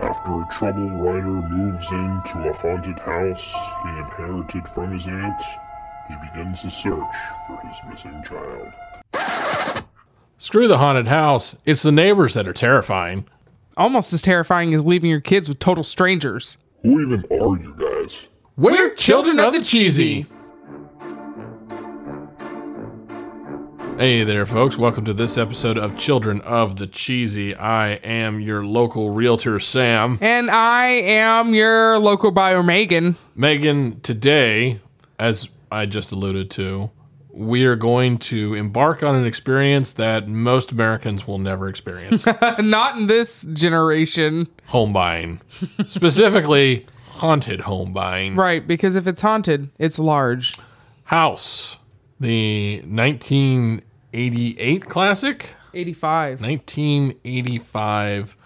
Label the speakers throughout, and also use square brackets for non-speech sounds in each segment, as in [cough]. Speaker 1: After a trouble writer moves into a haunted house he inherited from his aunt, he begins a search for his missing child.
Speaker 2: Screw the haunted house. It's the neighbors that are terrifying.
Speaker 3: Almost as terrifying as leaving your kids with total strangers.
Speaker 1: Who even are you guys?
Speaker 2: We're, children, of the cheesy. Hey there, folks. Welcome to this episode of Children of the Cheesy. I am your local realtor, Sam.
Speaker 3: And I am your local bio Megan.
Speaker 2: Megan, today, as I just alluded to, we are going to embark on an experience that most Americans will never [laughs] experience
Speaker 3: Not in this generation.
Speaker 2: home buying, specifically haunted home buying.
Speaker 3: Right, because if it's haunted, it's large.
Speaker 2: House, the 1988 classic,
Speaker 3: 85.
Speaker 2: 1985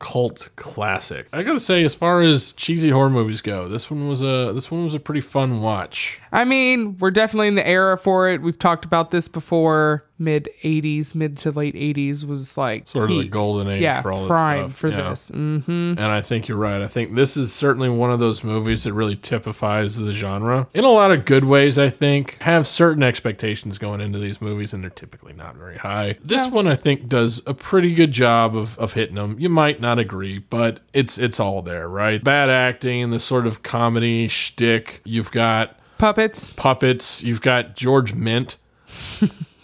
Speaker 2: cult classic. I gotta say, as far as cheesy horror movies go, this one was a this one was a pretty fun watch.
Speaker 3: I mean, we're definitely in the era for it. We've talked about this before. Mid 80s, mid to late 80s was like
Speaker 2: Sort of the
Speaker 3: peak.
Speaker 2: golden age
Speaker 3: yeah,
Speaker 2: for all this
Speaker 3: prime
Speaker 2: stuff.
Speaker 3: for
Speaker 2: Yeah.
Speaker 3: this. Mm.
Speaker 2: And I think you're right. I think this is certainly one of those movies that really typifies the genre in a lot of good ways. I think have certain expectations going into these movies, and they're typically not very high. This one, I think, does a pretty good job of, of hitting them. You might not agree, but it's it's all there, right? Bad acting, the sort of comedy shtick. You've got
Speaker 3: Puppets.
Speaker 2: puppets. You've got George Mint.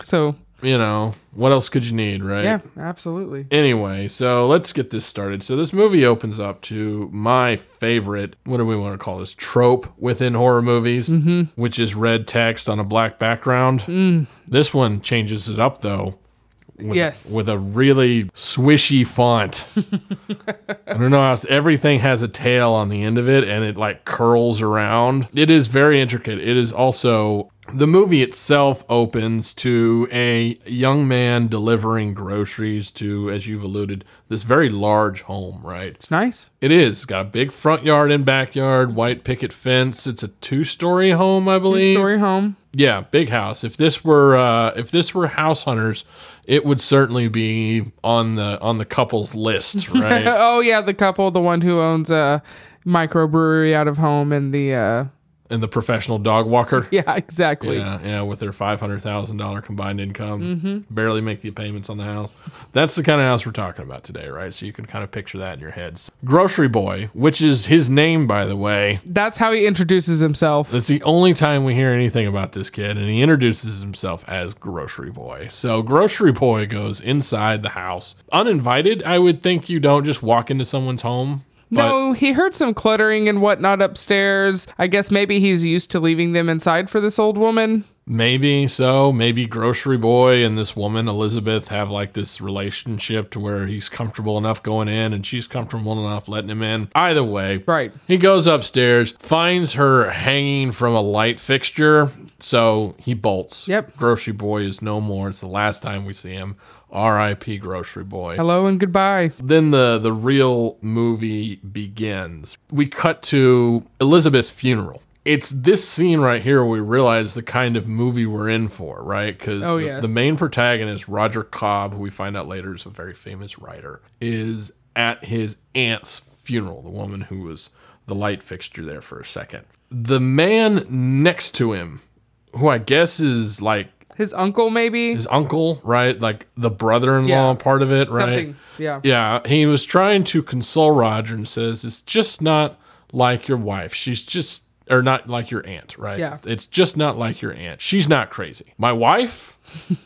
Speaker 3: So,
Speaker 2: You know what else could you need, right?
Speaker 3: yeah, absolutely.
Speaker 2: Anyway, so let's get this started. So this movie opens up to my favorite, what do we want to call this trope within horror movies, mm-hmm. which is red text on a black background. This one changes it up though. With,
Speaker 3: Yes.
Speaker 2: with a really swishy font. I don't know how else- everything has a tail on the end of it and it like curls around. It is very intricate. It is also the movie itself opens to a young man delivering groceries to, as you've alluded, this very large home, right?
Speaker 3: It's nice.
Speaker 2: It is. It's got a big front yard and backyard, white picket fence. It's a two story home, I believe.
Speaker 3: Story home.
Speaker 2: Yeah, big house. If this were uh, if this were house hunters, it would certainly be on the on the couple's list, right?
Speaker 3: Oh yeah, the couple, the one who owns a microbrewery out of home, and the uh, [laughs]
Speaker 2: and the professional dog walker.
Speaker 3: yeah, exactly.
Speaker 2: Yeah, yeah, with their five hundred thousand dollar combined income, barely make the payments on the house. That's the kind of house we're talking about today, right? So you can kind of picture that in your heads. Grocery boy, which is his name, by the way.
Speaker 3: That's how he introduces himself.
Speaker 2: That's the only time we hear anything about this kid, and he introduces himself as Grocery Boy. So Grocery Boy goes inside the house uninvited. I would think you don't just walk into someone's home. But
Speaker 3: no, he heard some cluttering and whatnot upstairs. I guess maybe he's used to leaving them inside for this old woman.
Speaker 2: maybe so. Maybe Grocery Boy and this woman, Elizabeth, have like this relationship to where he's comfortable enough going in and she's comfortable enough letting him in. Either way,
Speaker 3: Right.
Speaker 2: He goes upstairs, finds her hanging from a light fixture, so he bolts.
Speaker 3: Yep.
Speaker 2: Grocery boy is no more. It's the last time we see him. R.I.P. Grocery boy.
Speaker 3: Hello and goodbye.
Speaker 2: Then the the real movie begins. We cut to Elizabeth's funeral. It's this scene right here where we realize the kind of movie we're in for, right? Because
Speaker 3: Oh,
Speaker 2: the,
Speaker 3: yes.
Speaker 2: the main protagonist, Roger Cobb, who we find out later is a very famous writer, is at his aunt's funeral, the woman who was the light fixture there for a second. The man next to him, who I guess is like
Speaker 3: His uncle, maybe
Speaker 2: his uncle, right? Like the brother in law
Speaker 3: Yeah.
Speaker 2: part of it, right?
Speaker 3: something. Yeah.
Speaker 2: Yeah, he was trying to console Roger and says, It's just not like your wife. She's just, or not like your aunt, right?
Speaker 3: Yeah.
Speaker 2: It's just not like your aunt. She's not crazy. My wife?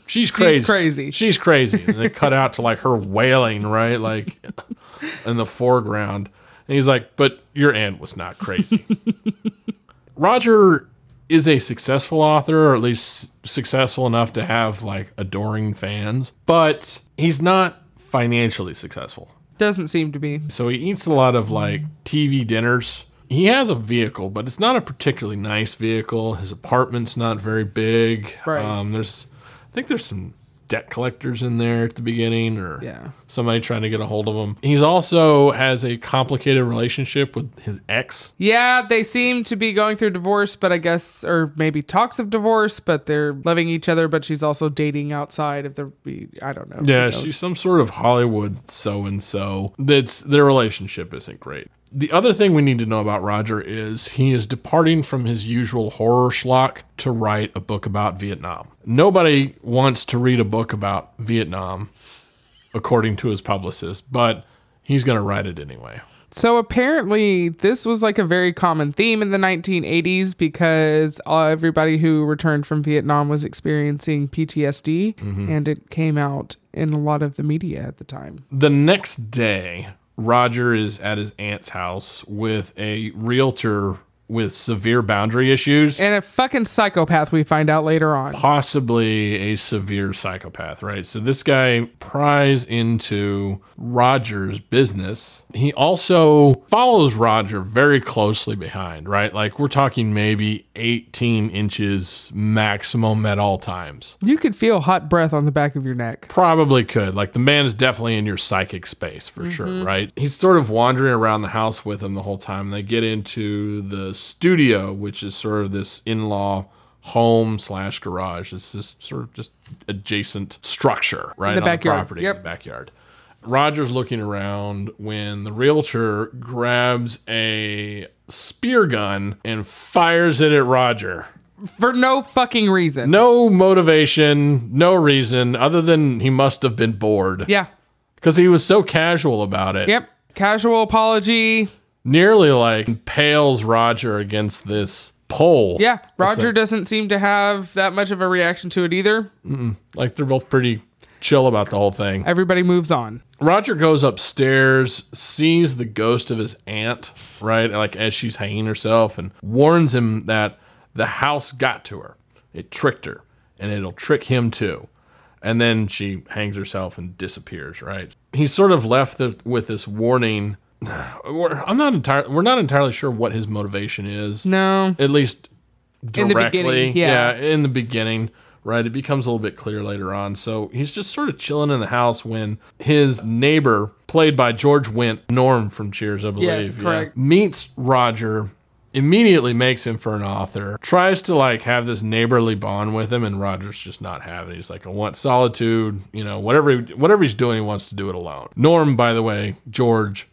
Speaker 2: She's crazy.
Speaker 3: crazy.
Speaker 2: She's crazy. And they cut out to like her wailing, right? Like [laughs] in the foreground. And he's like, But your aunt was not crazy. [laughs] Roger is a successful author, or at least successful enough to have like adoring fans, but he's not financially successful.
Speaker 3: Doesn't seem to be.
Speaker 2: So he eats a lot of like
Speaker 3: Mm.
Speaker 2: TV dinners. He has a vehicle, but it's not a particularly nice vehicle. His apartment's not very big.
Speaker 3: Right.
Speaker 2: Um, there's, I think there's some debt collectors in there at the beginning or
Speaker 3: Yeah.
Speaker 2: somebody trying to get a hold of him. He's also has a complicated relationship with his ex.
Speaker 3: Yeah, they seem to be going through divorce, but I guess, or maybe talks of divorce, but they're loving each other, but she's also dating outside of the, I don't know.
Speaker 2: Yeah,
Speaker 3: Who knows?
Speaker 2: she's some sort of Hollywood so and so. That's their relationship isn't great. The other thing we need to know about Roger is he is departing from his usual horror schlock to write a book about Vietnam. Nobody wants to read a book about Vietnam, according to his publicist, but he's going to write it anyway.
Speaker 3: So apparently, this was like a very common theme in the 1980s because uh, everybody who returned from Vietnam was experiencing PTSD,
Speaker 2: Mm-hmm.
Speaker 3: and it came out in a lot of the media at the time.
Speaker 2: The next day, Roger is at his aunt's house with a realtor with severe boundary issues.
Speaker 3: And a fucking psychopath, we find out later on.
Speaker 2: possibly a severe psychopath, right? So this guy pries into Roger's business. He also follows Roger very closely behind, right? Like we're talking maybe 18 inches maximum at all times.
Speaker 3: You could feel hot breath on the back of your neck.
Speaker 2: Probably could. Like the man is definitely in your psychic space for
Speaker 3: Mm-hmm.
Speaker 2: sure, right? He's sort of wandering around the house with him the whole time. They get into the studio, which is sort of this in law home slash garage. It's this sort of just adjacent structure, right?
Speaker 3: the
Speaker 2: on
Speaker 3: backyard.
Speaker 2: the property in
Speaker 3: Yep.
Speaker 2: the backyard. Roger's looking around when the realtor grabs a spear gun and fires it at Roger
Speaker 3: For no fucking reason.
Speaker 2: no motivation, no reason other than he must have been bored
Speaker 3: Yeah.
Speaker 2: because he was so casual about it.
Speaker 3: Yep. Casual apology.
Speaker 2: Nearly like impales Roger against this pole.
Speaker 3: Yeah. Roger doesn't seem to have that much of a reaction to it either.
Speaker 2: Like they're both pretty chill about the whole thing.
Speaker 3: Everybody moves on.
Speaker 2: Roger goes upstairs, sees the ghost of his aunt, right? Like as she's hanging herself and warns him that the house got to her. It tricked her and it'll trick him too. And then she hangs herself and disappears, right? He's sort of left the, with this warning. [sighs] We're, I'm not entirely we're not entirely sure what his motivation is.
Speaker 3: No. [laughs]
Speaker 2: At least
Speaker 3: Mm-hmm. In the
Speaker 2: directly.
Speaker 3: beginning, yeah.
Speaker 2: in the beginning, right? It becomes a little bit clear later on. So he's just sort of chilling in the house when his neighbor, played by George Wendt, Norm from Cheers, I believe,
Speaker 3: Yes, correct.
Speaker 2: meets Roger. Immediately makes him for an author, tries to like have this neighborly bond with him, and Roger's just not having it. He's like, I want solitude, you know, whatever he, whatever he's doing, he wants to do it alone. Norm, by the way, George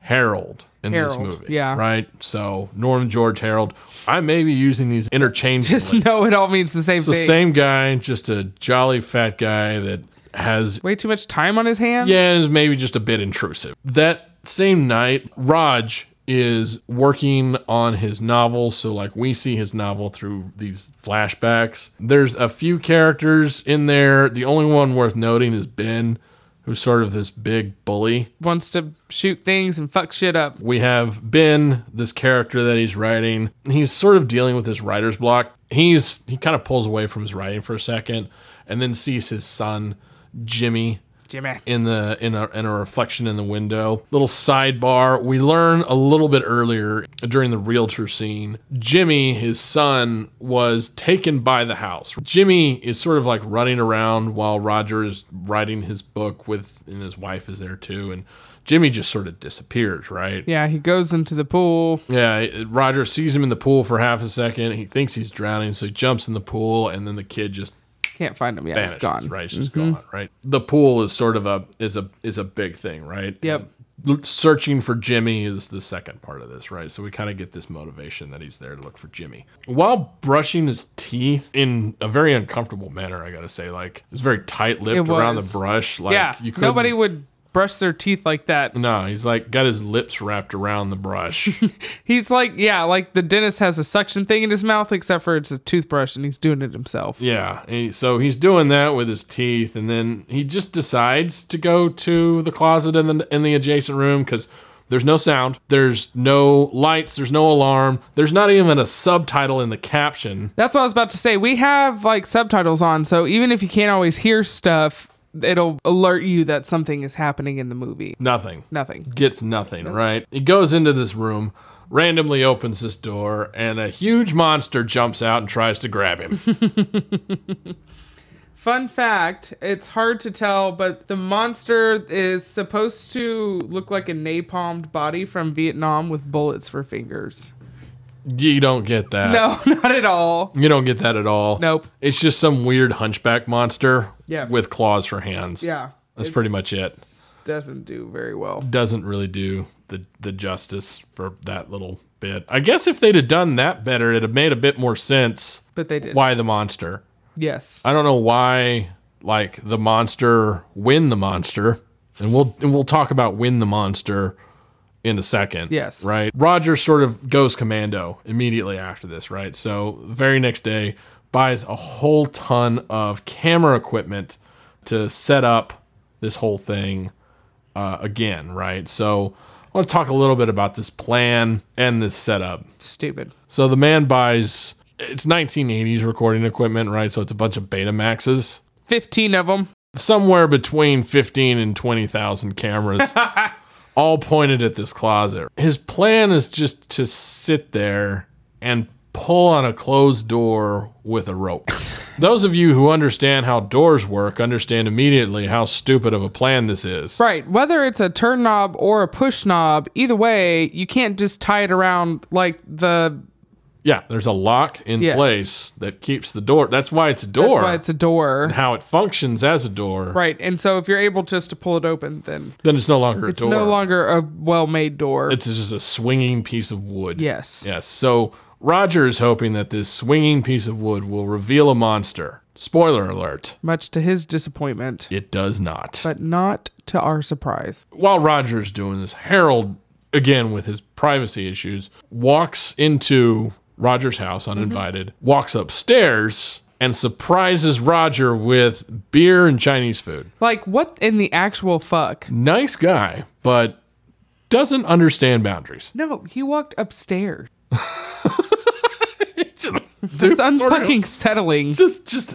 Speaker 2: Harold in
Speaker 3: Harold,
Speaker 2: this movie.
Speaker 3: yeah.
Speaker 2: Right? So Norm George Harold. I may be using these interchangeably.
Speaker 3: Just know it all means the same
Speaker 2: it's the
Speaker 3: thing.
Speaker 2: same guy, just a jolly fat guy that has
Speaker 3: Way too much time on his hands.
Speaker 2: yeah, is maybe just a bit intrusive. That same night, Raj is working on his novel. So, like, we see his novel through these flashbacks. There's a few characters in there. The only one worth noting is Ben, who's sort of this big bully
Speaker 3: Wants to shoot things and fuck shit up.
Speaker 2: we have Ben, this character that he's writing. He's sort of dealing with his writer's block. He's he kind of pulls away from his writing for a second, and then sees his son Jimmy
Speaker 3: Jimmy.
Speaker 2: in the in a in a reflection in the window. Little sidebar. We learn a little bit earlier during the realtor scene. Jimmy, his son, was taken by the house. Jimmy is sort of like running around while Roger is writing his book with and his wife is there too. And Jimmy just sort of disappears, right?
Speaker 3: Yeah, he goes into the pool.
Speaker 2: Yeah, it- Roger sees him in the pool for half a second. He thinks he's drowning, so he jumps in the pool, and then the kid just
Speaker 3: Can't find him. Yeah,
Speaker 2: vanishes.
Speaker 3: he's gone. Mm-hmm.
Speaker 2: Right, it's just gone. Right. The pool is sort of a is a is a big thing, right?
Speaker 3: Yep.
Speaker 2: And Searching for Jimmy is the second part of this, right? So we kind of get this motivation that he's there to look for Jimmy. While brushing his teeth in a very uncomfortable manner, I gotta say, like it's very tight lipped
Speaker 3: It
Speaker 2: around
Speaker 3: was.
Speaker 2: the brush. Like
Speaker 3: yeah,
Speaker 2: you could
Speaker 3: nobody would brush their teeth like that.
Speaker 2: No, he's like got his lips wrapped around the
Speaker 3: [laughs]
Speaker 2: brush.
Speaker 3: He's like, yeah, like the dentist has a suction thing in his mouth, except for it's a toothbrush and he's doing it himself.
Speaker 2: Yeah, he- so he's doing that with his teeth, and then he just decides to go to the closet in the in the adjacent room because there's no sound, there's no lights, there's no alarm, there's not even a subtitle in the caption.
Speaker 3: That's what I was about to say. We have like subtitles on, so even if you can't always hear stuff, it'll alert you that something is happening in the movie.
Speaker 2: Nothing.
Speaker 3: Nothing.
Speaker 2: Gets nothing, right? He goes into this room, randomly opens this
Speaker 3: [laughs]
Speaker 2: door, and a huge monster jumps out and tries to grab him.
Speaker 3: Fun fact, it's hard to tell, but the monster is supposed to look like a napalmed body from Vietnam with bullets for fingers.
Speaker 2: You don't get that.
Speaker 3: No, [laughs] not at all.
Speaker 2: You don't get that at all.
Speaker 3: Nope.
Speaker 2: It's just some weird hunchback monster
Speaker 3: Yeah.
Speaker 2: with claws for hands.
Speaker 3: Yeah.
Speaker 2: That's
Speaker 3: it
Speaker 2: pretty much it.
Speaker 3: Doesn't do very well.
Speaker 2: Doesn't really do the, the justice for that little bit. I guess if they'd have done that better, it'd have made a bit more sense
Speaker 3: But they did.
Speaker 2: why the monster.
Speaker 3: Yes.
Speaker 2: I don't know why like the monster win the monster. And we'll and we'll talk about win the monster in a second.
Speaker 3: Yes.
Speaker 2: Right. Roger sort of goes commando immediately after this, right? So very next day buys a whole ton of camera equipment to set up this whole thing uh, again, right? So I want to talk a little bit about this plan and this setup.
Speaker 3: Stupid.
Speaker 2: So the man buys it's 1980s recording equipment, right? So it's a bunch of Betamaxes,
Speaker 3: 15 of them.
Speaker 2: somewhere between 15 and 20,000
Speaker 3: [laughs]
Speaker 2: cameras, all pointed at this closet. His plan is just to sit there and pull on a closed door with a
Speaker 3: [laughs]
Speaker 2: rope. Those of you who understand how doors work understand immediately how stupid of a plan this is.
Speaker 3: Right. Whether it's a turn knob or a push knob, either way, you can't just tie it around like the.
Speaker 2: Yeah, there's a lock in
Speaker 3: Yes.
Speaker 2: place that keeps the door. That's why it's a
Speaker 3: That's
Speaker 2: door.
Speaker 3: why it's a door.
Speaker 2: how it functions as a door.
Speaker 3: Right. And so if you're able just to pull it open, then
Speaker 2: then it's no longer
Speaker 3: it's
Speaker 2: a door.
Speaker 3: no longer a well made door.
Speaker 2: it's just a swinging piece of wood.
Speaker 3: yes.
Speaker 2: Yes. So Roger is hoping that this swinging piece of wood will reveal a monster. Spoiler alert,
Speaker 3: Much to his disappointment,
Speaker 2: it does not.
Speaker 3: but not to our surprise.
Speaker 2: While Roger's doing this, Harold, again with his privacy issues, walks into Roger's house
Speaker 3: Mm-hmm.
Speaker 2: uninvited, walks upstairs, and surprises Roger with beer and Chinese food.
Speaker 3: Like, what in the actual fuck?
Speaker 2: Nice guy, but doesn't understand boundaries.
Speaker 3: No, he walked
Speaker 2: [laughs]
Speaker 3: upstairs.
Speaker 2: Dude,
Speaker 3: [laughs] It's unfucking settling.
Speaker 2: just just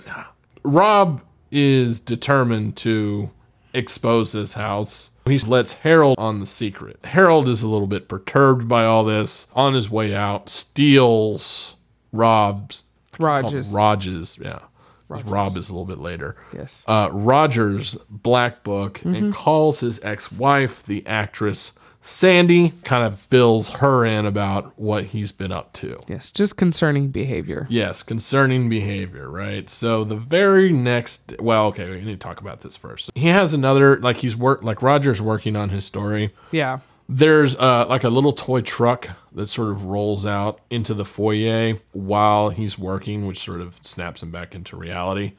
Speaker 2: Rob is determined to expose this house. He lets Harold on the secret. Harold is a little bit perturbed by all this. On his way out, steals Rob's
Speaker 3: [laughs] Rogers.
Speaker 2: Rogers, yeah. 'Cause Rob is a little bit later.
Speaker 3: Yes.
Speaker 2: Uh, Rogers' black book and calls his ex-wife, the actress Sandy, kind of fills her in about what he's been up to.
Speaker 3: Yes. Just concerning behavior.
Speaker 2: Yes, concerning behavior, right? So the very next, well, okay, we need to talk about this first. He has another, like he's work, like Roger's working on his story.
Speaker 3: Yeah.
Speaker 2: There's uh, like a little toy truck that sort of rolls out into the foyer while he's working, which sort of snaps him back into reality.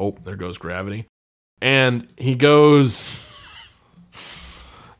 Speaker 2: Oh, there goes gravity, and he goes.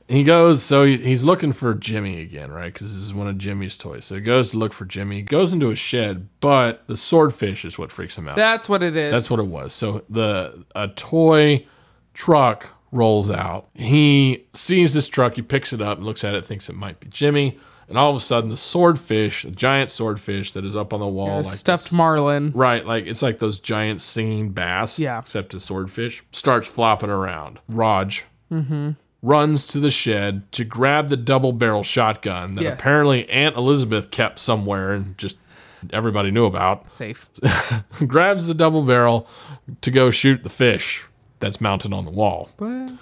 Speaker 2: He goes, so he- he's looking for Jimmy again, right? Because this is one of Jimmy's toys. So he goes to look for Jimmy, goes into a shed, but the swordfish is what freaks him out.
Speaker 3: That's what it is.
Speaker 2: That's what it was. So the a toy truck rolls out. He sees this truck, he picks it up, looks at it, thinks it might be Jimmy, and all of a sudden the swordfish, a giant swordfish that is up on the wall
Speaker 3: A
Speaker 2: like
Speaker 3: stuffed
Speaker 2: this-
Speaker 3: marlin.
Speaker 2: [laughs] Right, like it's like those giant singing bass,
Speaker 3: Yeah.
Speaker 2: except a swordfish starts flopping around. Raj
Speaker 3: Mm-hmm.
Speaker 2: runs to the shed to grab the double barrel shotgun that
Speaker 3: Yes.
Speaker 2: apparently Aunt Elizabeth kept somewhere and just everybody knew about [laughs]
Speaker 3: Safe.
Speaker 2: grabs the double barrel to go shoot the fish that's mounted on the wall,
Speaker 3: What?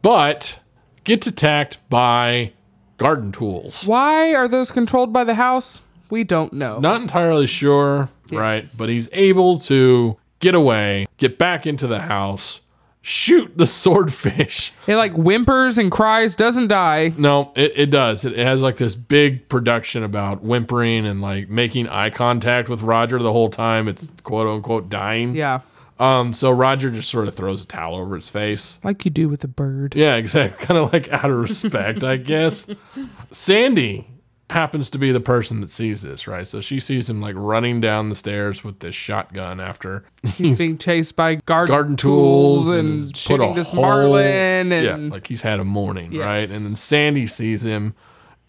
Speaker 2: but gets attacked by garden tools.
Speaker 3: Why are those controlled by the house? We don't know.
Speaker 2: Not entirely sure, right? But he's able to get away, get back into the house, shoot the [laughs] swordfish.
Speaker 3: It like whimpers and cries, doesn't die.
Speaker 2: No, it, it does. It, it has like this big production about whimpering and like making eye contact with Roger the whole time. It's quote unquote dying.
Speaker 3: Yeah.
Speaker 2: Um, so Roger just sort of throws a towel over his face.
Speaker 3: Like you do with a bird.
Speaker 2: Yeah, [laughs] exactly. Kind of like out of respect, I guess. Sandy happens to be the person that sees this, right? So she sees him like running down the stairs with this shotgun after
Speaker 3: He's being chased by garden,
Speaker 2: garden tools and,
Speaker 3: and,
Speaker 2: put
Speaker 3: shooting
Speaker 2: a
Speaker 3: this
Speaker 2: hole-
Speaker 3: marlin. And
Speaker 2: yeah, like he's had a morning,
Speaker 3: Yes.
Speaker 2: right? And then Sandy sees him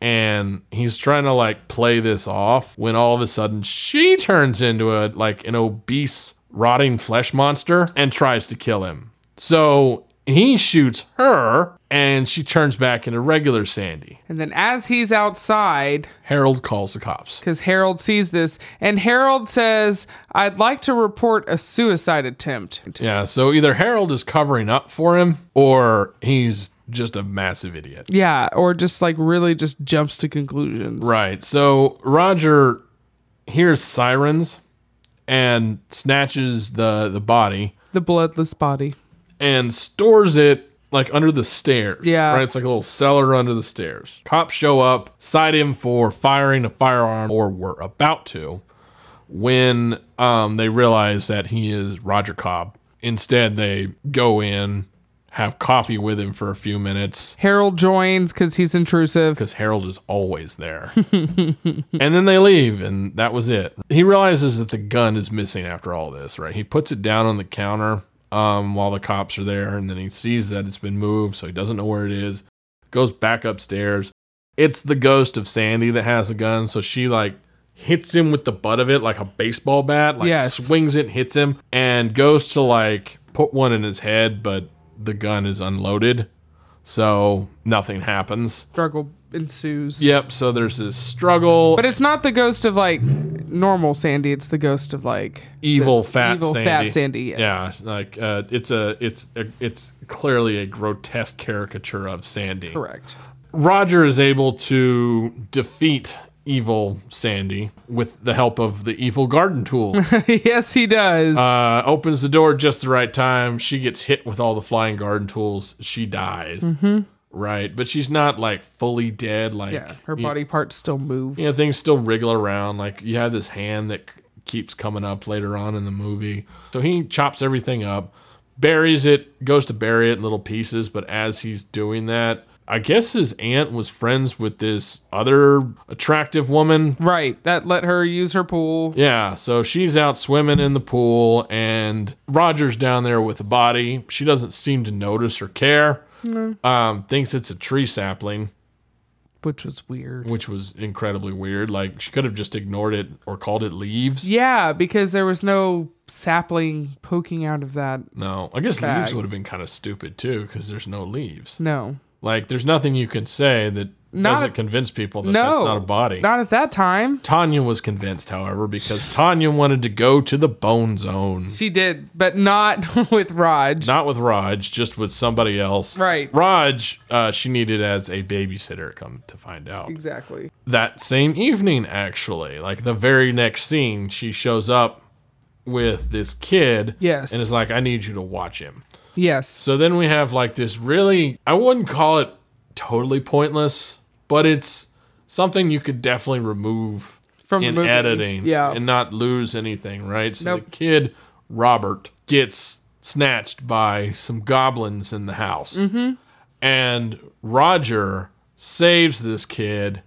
Speaker 2: and he's trying to like play this off when all of a sudden she turns into a like an obese rotting flesh monster and tries to kill him. So He shoots her, and she turns back into regular Sandy.
Speaker 3: And then as he's outside,
Speaker 2: Harold calls the cops.
Speaker 3: because Harold sees this, and Harold says, I'd like to report a suicide attempt.
Speaker 2: Yeah, so either Harold is covering up for him, or he's just a massive idiot.
Speaker 3: Yeah, or just like really just jumps to conclusions.
Speaker 2: Right. So Roger hears sirens and snatches the the body
Speaker 3: The bloodless body.
Speaker 2: and stores it like under the stairs.
Speaker 3: Yeah.
Speaker 2: Right. It's like a little cellar under the stairs. Cops show up, cite him for firing a firearm or were about to when um, they realize that he is Roger Cobb. Instead, they go in, have coffee with him for a few minutes,
Speaker 3: Harold joins because he's intrusive.
Speaker 2: because Harold is always there. [laughs] and then they leave, and that was it. He realizes that the gun is missing after all this, right? He puts it down on the counter um, while the cops are there, and then he sees that it's been moved, so he doesn't know where it is. Goes back upstairs. It's the ghost of Sandy that has the gun, so she like hits him with the butt of it like a baseball bat, like
Speaker 3: Yes.
Speaker 2: swings it, hits him, and goes to like put one in his head, but the gun is unloaded. So nothing happens.
Speaker 3: Struggle ensues.
Speaker 2: Yep. So there's this struggle,
Speaker 3: But it's not the ghost of like normal Sandy, it's the ghost of like
Speaker 2: evil
Speaker 3: this
Speaker 2: fat
Speaker 3: evil
Speaker 2: Sandy.
Speaker 3: fat Sandy, yes.
Speaker 2: Yeah, like uh, it's a it's a, it's clearly a grotesque caricature of Sandy.
Speaker 3: correct. [laughs]
Speaker 2: Roger is able to defeat evil Sandy with the help of the evil garden
Speaker 3: [laughs]
Speaker 2: tool.
Speaker 3: yes, he does.
Speaker 2: uh, opens the door just the right time. She gets hit with all the flying garden tools. She dies. Right, but she's not like fully dead. Like
Speaker 3: Mm-hmm. yeah, her
Speaker 2: you-
Speaker 3: body parts still move.
Speaker 2: you know things still wriggle around like you have this hand that c- keeps coming up later on in the movie so he chops everything up buries it goes to bury it in little pieces but as he's doing that i guess his aunt was friends with this other attractive woman
Speaker 3: Right, that let her use her pool.
Speaker 2: yeah so she's out swimming in the pool and roger's down there with the body she doesn't seem to notice or care um, thinks it's a tree sapling
Speaker 3: which was weird.
Speaker 2: which was incredibly weird like she could have just ignored it or called it leaves
Speaker 3: Yeah, because there was no sapling poking out of that.
Speaker 2: No, I guess
Speaker 3: Bag.
Speaker 2: leaves would have been kind of stupid too, because there's no leaves.
Speaker 3: No.
Speaker 2: Like, there's nothing you can say that
Speaker 3: Not-
Speaker 2: doesn't convince people that
Speaker 3: no.
Speaker 2: that's not a body.
Speaker 3: Not at that time.
Speaker 2: Tanya was convinced, however, because Tanya wanted to go to the bone zone.
Speaker 3: She did, but not [laughs] with Raj.
Speaker 2: Not with Raj, just with somebody else.
Speaker 3: Right.
Speaker 2: Raj, uh, she needed as a babysitter, come to find out.
Speaker 3: exactly.
Speaker 2: that same evening actually like the very next scene she shows up with this kid
Speaker 3: Yes.
Speaker 2: and is like i need you to watch him
Speaker 3: Yes.
Speaker 2: so then we have like this really i wouldn't call it totally pointless but it's something you could definitely remove
Speaker 3: From the
Speaker 2: in
Speaker 3: movie.
Speaker 2: editing
Speaker 3: Yeah.
Speaker 2: and not lose anything right so
Speaker 3: Nope.
Speaker 2: the kid robert gets snatched by some goblins in the house
Speaker 3: Mm-hmm.
Speaker 2: and roger saves this kid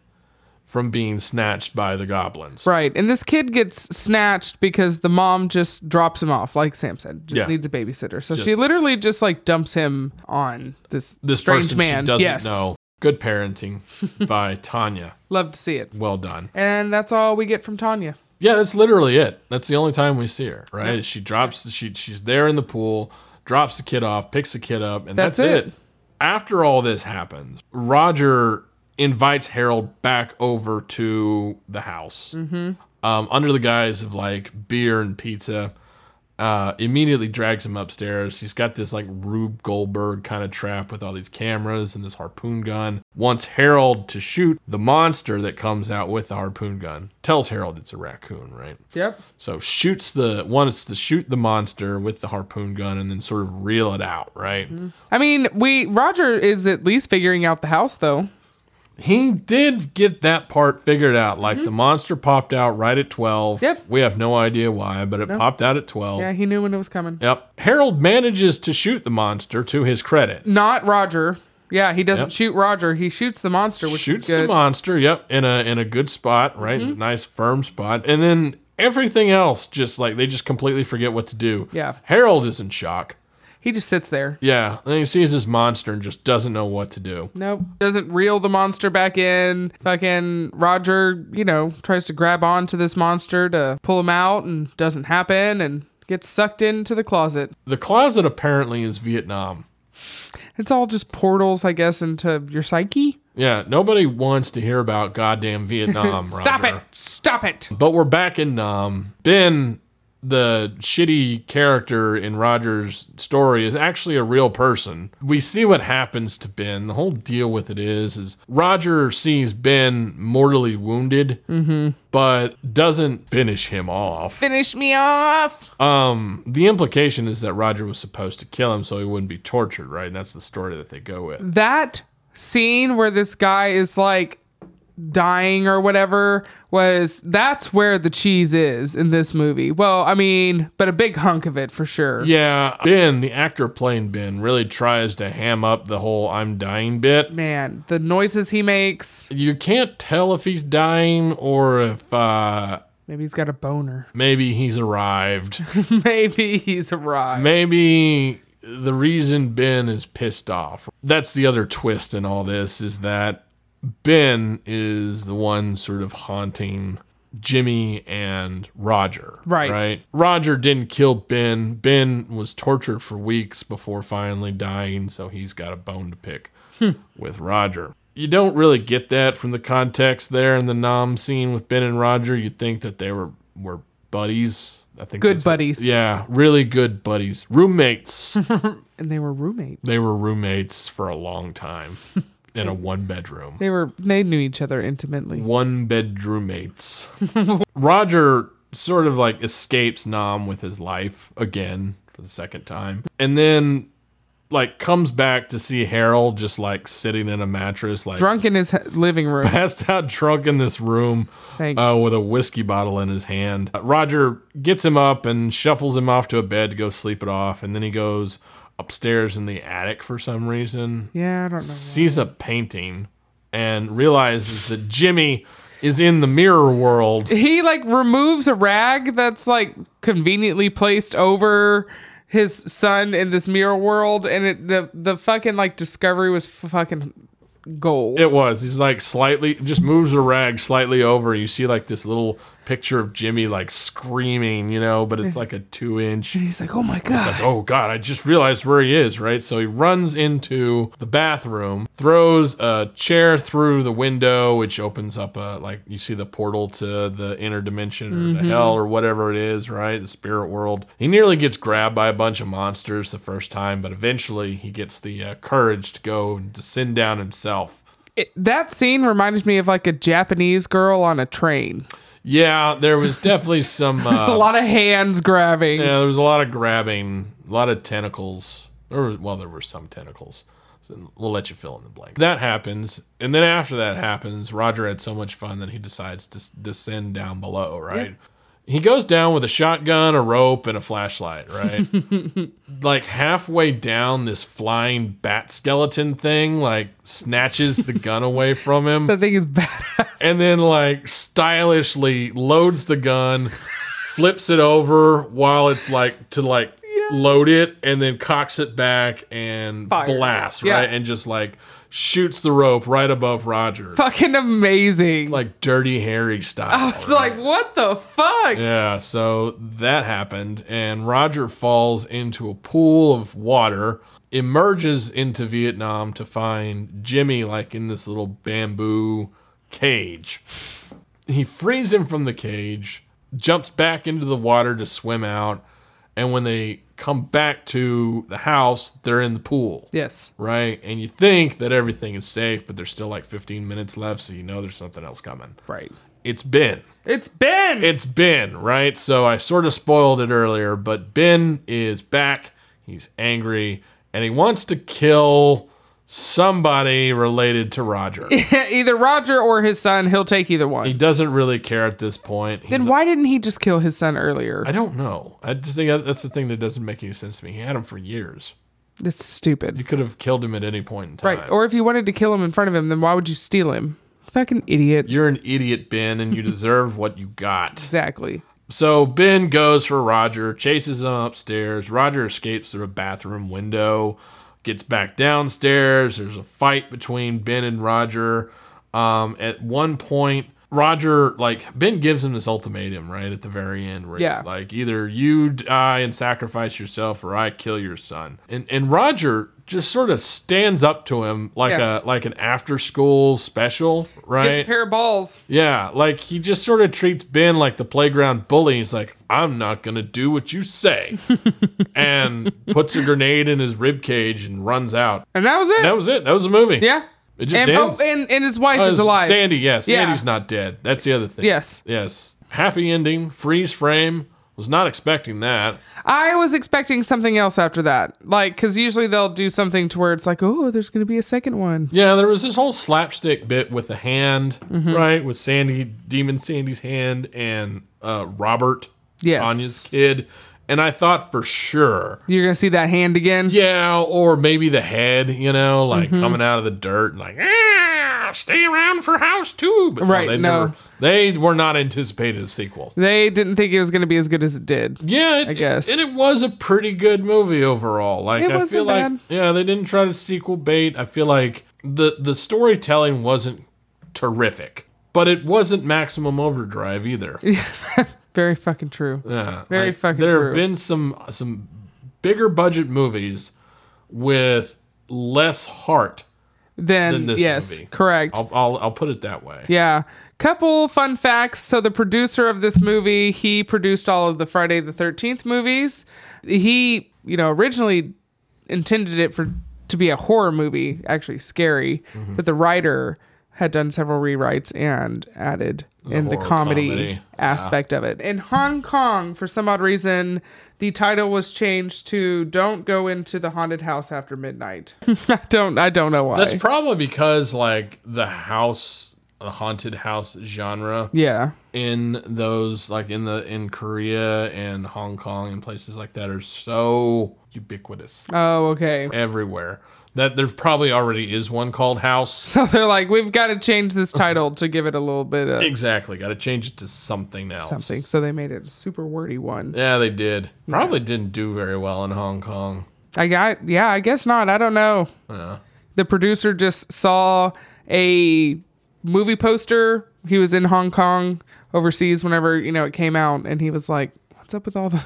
Speaker 2: from being snatched by the goblins
Speaker 3: right. And this kid gets snatched because the mom just drops him off, like Sam said. Just
Speaker 2: Yeah.
Speaker 3: needs a babysitter. So she
Speaker 2: Just-
Speaker 3: literally just like dumps him on this,
Speaker 2: this
Speaker 3: strange
Speaker 2: person
Speaker 3: man.
Speaker 2: she doesn't
Speaker 3: yes.
Speaker 2: know good parenting by [laughs] tanya
Speaker 3: Love to see it.
Speaker 2: well done
Speaker 3: And that's all we get from Tanya.
Speaker 2: Yeah, that's literally it. That's the only time we see her, right? She drops she she's there in the pool, drops the kid off, picks the kid up, and that's,
Speaker 3: That's
Speaker 2: it.
Speaker 3: it.
Speaker 2: After all this happens, Roger invites Harold back over to the house um, under the guise of like beer and pizza. Uh, immediately drags him upstairs. He's got this like Rube Goldberg kind of trap with all these cameras and this harpoon gun. Wants Harold to shoot the monster that comes out with the harpoon gun. Tells Harold it's a raccoon, right?
Speaker 3: Yep.
Speaker 2: So shoots the wants to shoot the monster with the harpoon gun and then sort of reel it out, right?
Speaker 3: I mean, we Roger is at least figuring out the house though.
Speaker 2: He did get that part figured out. Like the monster popped out right at twelve.
Speaker 3: Mm-hmm. Yep.
Speaker 2: We have no idea why, but it popped out at twelve.
Speaker 3: Yeah, he knew when it was coming.
Speaker 2: Yep. Harold manages to shoot the monster to his credit.
Speaker 3: Not Roger. Yeah, he doesn't
Speaker 2: Yep.
Speaker 3: shoot Roger. He shoots the monster, which
Speaker 2: Shoots
Speaker 3: is good. Mm-hmm.
Speaker 2: the monster, yep, in a in a good spot, right? Nice firm spot. And then everything else just like they just completely forget what to do.
Speaker 3: Yeah.
Speaker 2: Harold is in shock.
Speaker 3: He just sits there.
Speaker 2: Yeah. And he sees this monster and just doesn't know what to do.
Speaker 3: Nope. Doesn't reel the monster back in. Fucking Roger, you know, tries to grab onto this monster to pull him out and doesn't happen and gets sucked into the closet.
Speaker 2: The closet apparently is Vietnam.
Speaker 3: It's all just portals, I guess, into your psyche.
Speaker 2: Yeah, nobody wants to hear about goddamn Vietnam.
Speaker 3: [laughs] Stop
Speaker 2: Roger.
Speaker 3: it! Stop it!
Speaker 2: But we're back in Nam. Ben, the shitty character in Roger's story, is actually a real person. We see what happens to Ben. The whole deal with it is, is Roger sees Ben mortally wounded, but doesn't finish him off.
Speaker 3: Finish me off.
Speaker 2: Um, the implication is that Roger was supposed to kill him so he wouldn't be tortured, right? And that's the story that they go with.
Speaker 3: that scene where this guy is like dying or whatever was that's where the cheese is in this movie. Well, I mean, but a big hunk of it for sure.
Speaker 2: Yeah, Ben, the actor playing Ben, really tries to ham up the whole "I'm dying" bit.
Speaker 3: Man, the noises he makes.
Speaker 2: you can't tell if he's dying or if uh,
Speaker 3: Maybe he's got a boner. [laughs]
Speaker 2: maybe he's arrived. [laughs]
Speaker 3: Maybe he's arrived.
Speaker 2: maybe the reason Ben is pissed off. That's the other twist in all this is that Ben is the one sort of haunting Jimmy and Roger.
Speaker 3: Right.
Speaker 2: Right. Roger didn't kill Ben. Ben was tortured for weeks before finally dying, so he's got a bone to pick with Roger. You don't really get that from the context there in the Nom scene with Ben and Roger. You'd think that they were were buddies. I think
Speaker 3: Good
Speaker 2: that's what-
Speaker 3: buddies.
Speaker 2: yeah, really good buddies. Roommates. [laughs]
Speaker 3: And they were roommates.
Speaker 2: they were roommates for a long
Speaker 3: [laughs]
Speaker 2: time in a one bedroom.
Speaker 3: They were they knew each other intimately.
Speaker 2: One bedroom mates. [laughs] Roger sort of like escapes Nam with his life again for the second time. And then like comes back to see Harold just like sitting in a mattress, like
Speaker 3: Drunk in his he-
Speaker 2: [laughs]
Speaker 3: living room.
Speaker 2: passed out drunk in this room.
Speaker 3: Thanks.
Speaker 2: uh, with a whiskey bottle in his hand. Uh, Roger gets him up and shuffles him off to a bed to go sleep it off, and then he goes upstairs in the attic for some reason,
Speaker 3: yeah, I don't know.
Speaker 2: sees a painting, and realizes that Jimmy is in the mirror
Speaker 3: [laughs]
Speaker 2: world.
Speaker 3: he like removes a rag that's like conveniently placed over his son in this mirror world and it the the fucking like discovery was f- fucking gold
Speaker 2: It was. He's like slightly just moves a rag slightly over. You see like this little picture of Jimmy like screaming, you know, but
Speaker 3: [laughs]
Speaker 2: it's like a two inch
Speaker 3: he's like oh my god
Speaker 2: like, oh God, I just realized where he is, right? So he runs into the bathroom, throws a chair through the window, which opens up a, like, you see the portal to the inner dimension or the hell or whatever it is, right? The spirit world. He nearly gets grabbed by a bunch of monsters the first time, but eventually he gets the uh, courage to go and descend down himself.
Speaker 3: It- that scene reminded me of like a japanese girl on a train
Speaker 2: Yeah, there was definitely some. Uh,
Speaker 3: a lot of hands grabbing
Speaker 2: Yeah, there was a lot of grabbing, a lot of tentacles. There was, well, there were some tentacles. So we'll let you fill in the blank. That happens, and then after that happens, Roger had so much fun that he decides to s- descend down below. Right? He goes down with a shotgun, a rope, and a flashlight. Right? like halfway down, this flying bat skeleton thing like snatches the gun away from him
Speaker 3: that thing is [laughs] badass
Speaker 2: and then like stylishly loads the gun, flips it over while it's like to like load it, and then cocks it back and
Speaker 3: Fires.
Speaker 2: blasts
Speaker 3: Yeah.
Speaker 2: right, and just like shoots the rope right above Roger,
Speaker 3: fucking amazing
Speaker 2: like dirty Harry style.
Speaker 3: [laughs] it's
Speaker 2: right?
Speaker 3: like what the fuck
Speaker 2: Yeah, so that happened, and Roger falls into a pool of water, emerges into Vietnam to find Jimmy, like in this little bamboo cage. He frees him from the cage, jumps back into the water to swim out, and when they come back to the house, they're in the pool
Speaker 3: yes
Speaker 2: right? And you think that everything is safe, but there's still like 15 minutes left, so you know there's something else coming.
Speaker 3: right
Speaker 2: It's Ben.
Speaker 3: it's ben
Speaker 2: It's Ben, right? So I sort of spoiled it earlier, but Ben is back. He's angry and he wants to kill somebody related to
Speaker 3: [laughs]
Speaker 2: Roger. he
Speaker 3: [laughs] either roger or his son he'll take either one
Speaker 2: doesn't really care at this point. He's
Speaker 3: Then why didn't he just kill his son earlier?
Speaker 2: I don't know. I just think that's the thing that doesn't make any sense to me. He had him for years.
Speaker 3: That's stupid.
Speaker 2: You could have killed him at any point in time.
Speaker 3: Right. Or if you wanted to kill him in front of him, then why would you steal him? Fucking idiot.
Speaker 2: You're an idiot, Ben,
Speaker 3: [laughs]
Speaker 2: and you deserve what you got.
Speaker 3: Exactly.
Speaker 2: So Ben goes for Roger, chases him upstairs. Roger escapes through a bathroom window, gets back downstairs. There's a fight between Ben and Roger. Um, at one point, Roger, like, Ben gives him this ultimatum, right, at the very end, where
Speaker 3: Yeah.
Speaker 2: he's like, either you die and sacrifice yourself or I kill your son. And, and Roger just sort of stands up to him like
Speaker 3: Yeah.
Speaker 2: a like an after school special,
Speaker 3: Gets
Speaker 2: right?
Speaker 3: a pair of balls.
Speaker 2: yeah, like he just sort of treats Ben like the playground bully. He's like, "I'm not gonna do what you
Speaker 3: [laughs]
Speaker 2: say," and puts a grenade in his rib cage and runs out.
Speaker 3: And that was it.
Speaker 2: That was it. That was the movie.
Speaker 3: yeah.
Speaker 2: it just
Speaker 3: And, oh,
Speaker 2: ends.
Speaker 3: and, and his wife
Speaker 2: Oh,
Speaker 3: is alive.
Speaker 2: Sandy, yes.
Speaker 3: Yeah.
Speaker 2: Sandy's not dead. That's the other thing.
Speaker 3: Yes.
Speaker 2: Yes. Happy ending. Freeze frame. Was not expecting that.
Speaker 3: I was expecting something else after that. Like, because usually they'll do something to where it's like, oh, there's going to be a second one.
Speaker 2: Yeah, there was this whole slapstick bit with the hand,
Speaker 3: Mm-hmm.
Speaker 2: right? With Sandy, Demon Sandy's hand, and uh, Robert,
Speaker 3: Yes.
Speaker 2: Tanya's kid. And I thought for sure,
Speaker 3: You're going to see that hand again.
Speaker 2: yeah, or maybe the head, you know, like
Speaker 3: Mm-hmm.
Speaker 2: coming out of the dirt and like, ah, stay around for house two. But
Speaker 3: Right,
Speaker 2: they
Speaker 3: no.
Speaker 2: never- they were not anticipated a sequel.
Speaker 3: They didn't think it was going to be as good as it did.
Speaker 2: Yeah, it, I
Speaker 3: guess.
Speaker 2: and it was a pretty good movie overall. Like
Speaker 3: It
Speaker 2: I
Speaker 3: wasn't
Speaker 2: feel like
Speaker 3: bad.
Speaker 2: yeah, they didn't try to sequel bait. I feel like the the storytelling wasn't terrific, but it wasn't maximum overdrive
Speaker 3: [laughs]
Speaker 2: either.
Speaker 3: Very fucking true.
Speaker 2: Yeah,
Speaker 3: Very
Speaker 2: like,
Speaker 3: fucking
Speaker 2: There
Speaker 3: true.
Speaker 2: have been some some bigger budget movies with less heart.
Speaker 3: then,
Speaker 2: than this
Speaker 3: yes,
Speaker 2: movie.
Speaker 3: correct.
Speaker 2: I'll I'll, I'll put it that way.
Speaker 3: Yeah. Couple fun facts. So the producer of this movie, he produced all of the Friday the 13th movies. He, you know, originally intended it for to be a horror movie, actually scary, but the writer had done several rewrites and added in the
Speaker 2: horror
Speaker 3: comedy,
Speaker 2: comedy.
Speaker 3: aspect of it. In Hong Kong, for some odd reason, the title was changed to Don't Go Into the Haunted House After Midnight. [laughs] I don't I don't know why.
Speaker 2: That's probably because like the house, the haunted house genre.
Speaker 3: yeah.
Speaker 2: in those like in the in Korea and Hong Kong and places like that are so ubiquitous
Speaker 3: Oh, okay.
Speaker 2: everywhere that there probably already is one called House.
Speaker 3: So they're like, we've got to change this title to give it a little bit of
Speaker 2: exactly, got to change it to something else.
Speaker 3: something. So they made it a super wordy one.
Speaker 2: Yeah, they did. Probably didn't do very well in Hong Kong.
Speaker 3: I got, yeah, I guess not. I don't know. The producer just saw a movie poster. He was in Hong Kong, overseas, whenever you know it came out, and he was like, "What's up with all the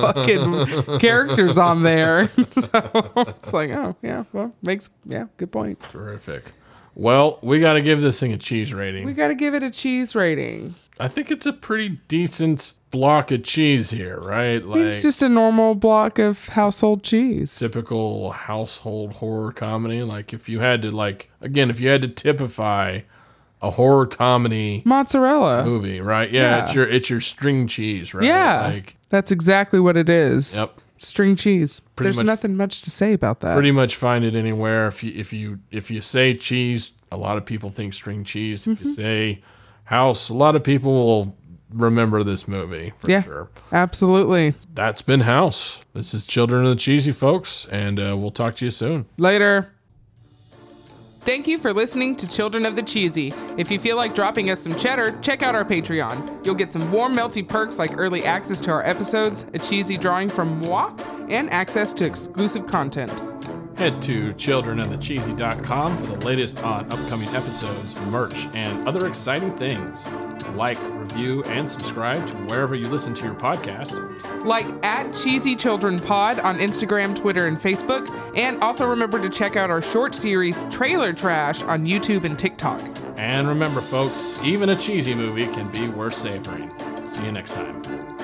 Speaker 3: fucking characters on there?" [laughs] so it's like, oh yeah, well, makes yeah, good point.
Speaker 2: Terrific. Well, we got to give this thing a cheese rating.
Speaker 3: We got to give it a cheese rating.
Speaker 2: I think it's a pretty decent block of cheese here, right? Like
Speaker 3: It's just a normal block of household cheese.
Speaker 2: typical household horror comedy like if you had to like again if you had to typify a horror comedy
Speaker 3: Mozzarella.
Speaker 2: movie right yeah,
Speaker 3: Yeah.
Speaker 2: it's your it's your string cheese right
Speaker 3: Yeah.
Speaker 2: like
Speaker 3: That's exactly what it is.
Speaker 2: yep
Speaker 3: String cheese.
Speaker 2: Pretty
Speaker 3: There's
Speaker 2: much-
Speaker 3: nothing much to say about that.
Speaker 2: pretty much find it anywhere if you if you if you say cheese a lot of people think string cheese if
Speaker 3: Mm-hmm.
Speaker 2: you say house a lot of people will remember this movie for
Speaker 3: Yeah.
Speaker 2: sure
Speaker 3: Absolutely.
Speaker 2: that's been house this is children of the cheesy folks and uh, we'll talk to you soon
Speaker 3: Later. Thank you for listening to Children of the Cheesy. If you feel like dropping us some cheddar, check out our Patreon. You'll get some warm, melty perks like early access to our episodes, a cheesy drawing from moi, and access to exclusive content.
Speaker 2: Head to childrenofthecheesy.com for the latest on upcoming episodes, merch, and other exciting things. Like, review, and subscribe to wherever you listen to your podcast.
Speaker 3: like at Cheesy Children Pod on Instagram, Twitter, and Facebook. And also remember to check out our short series Trailer Trash on YouTube and TikTok.
Speaker 2: And remember, folks, even a cheesy movie can be worth savoring. See you next time.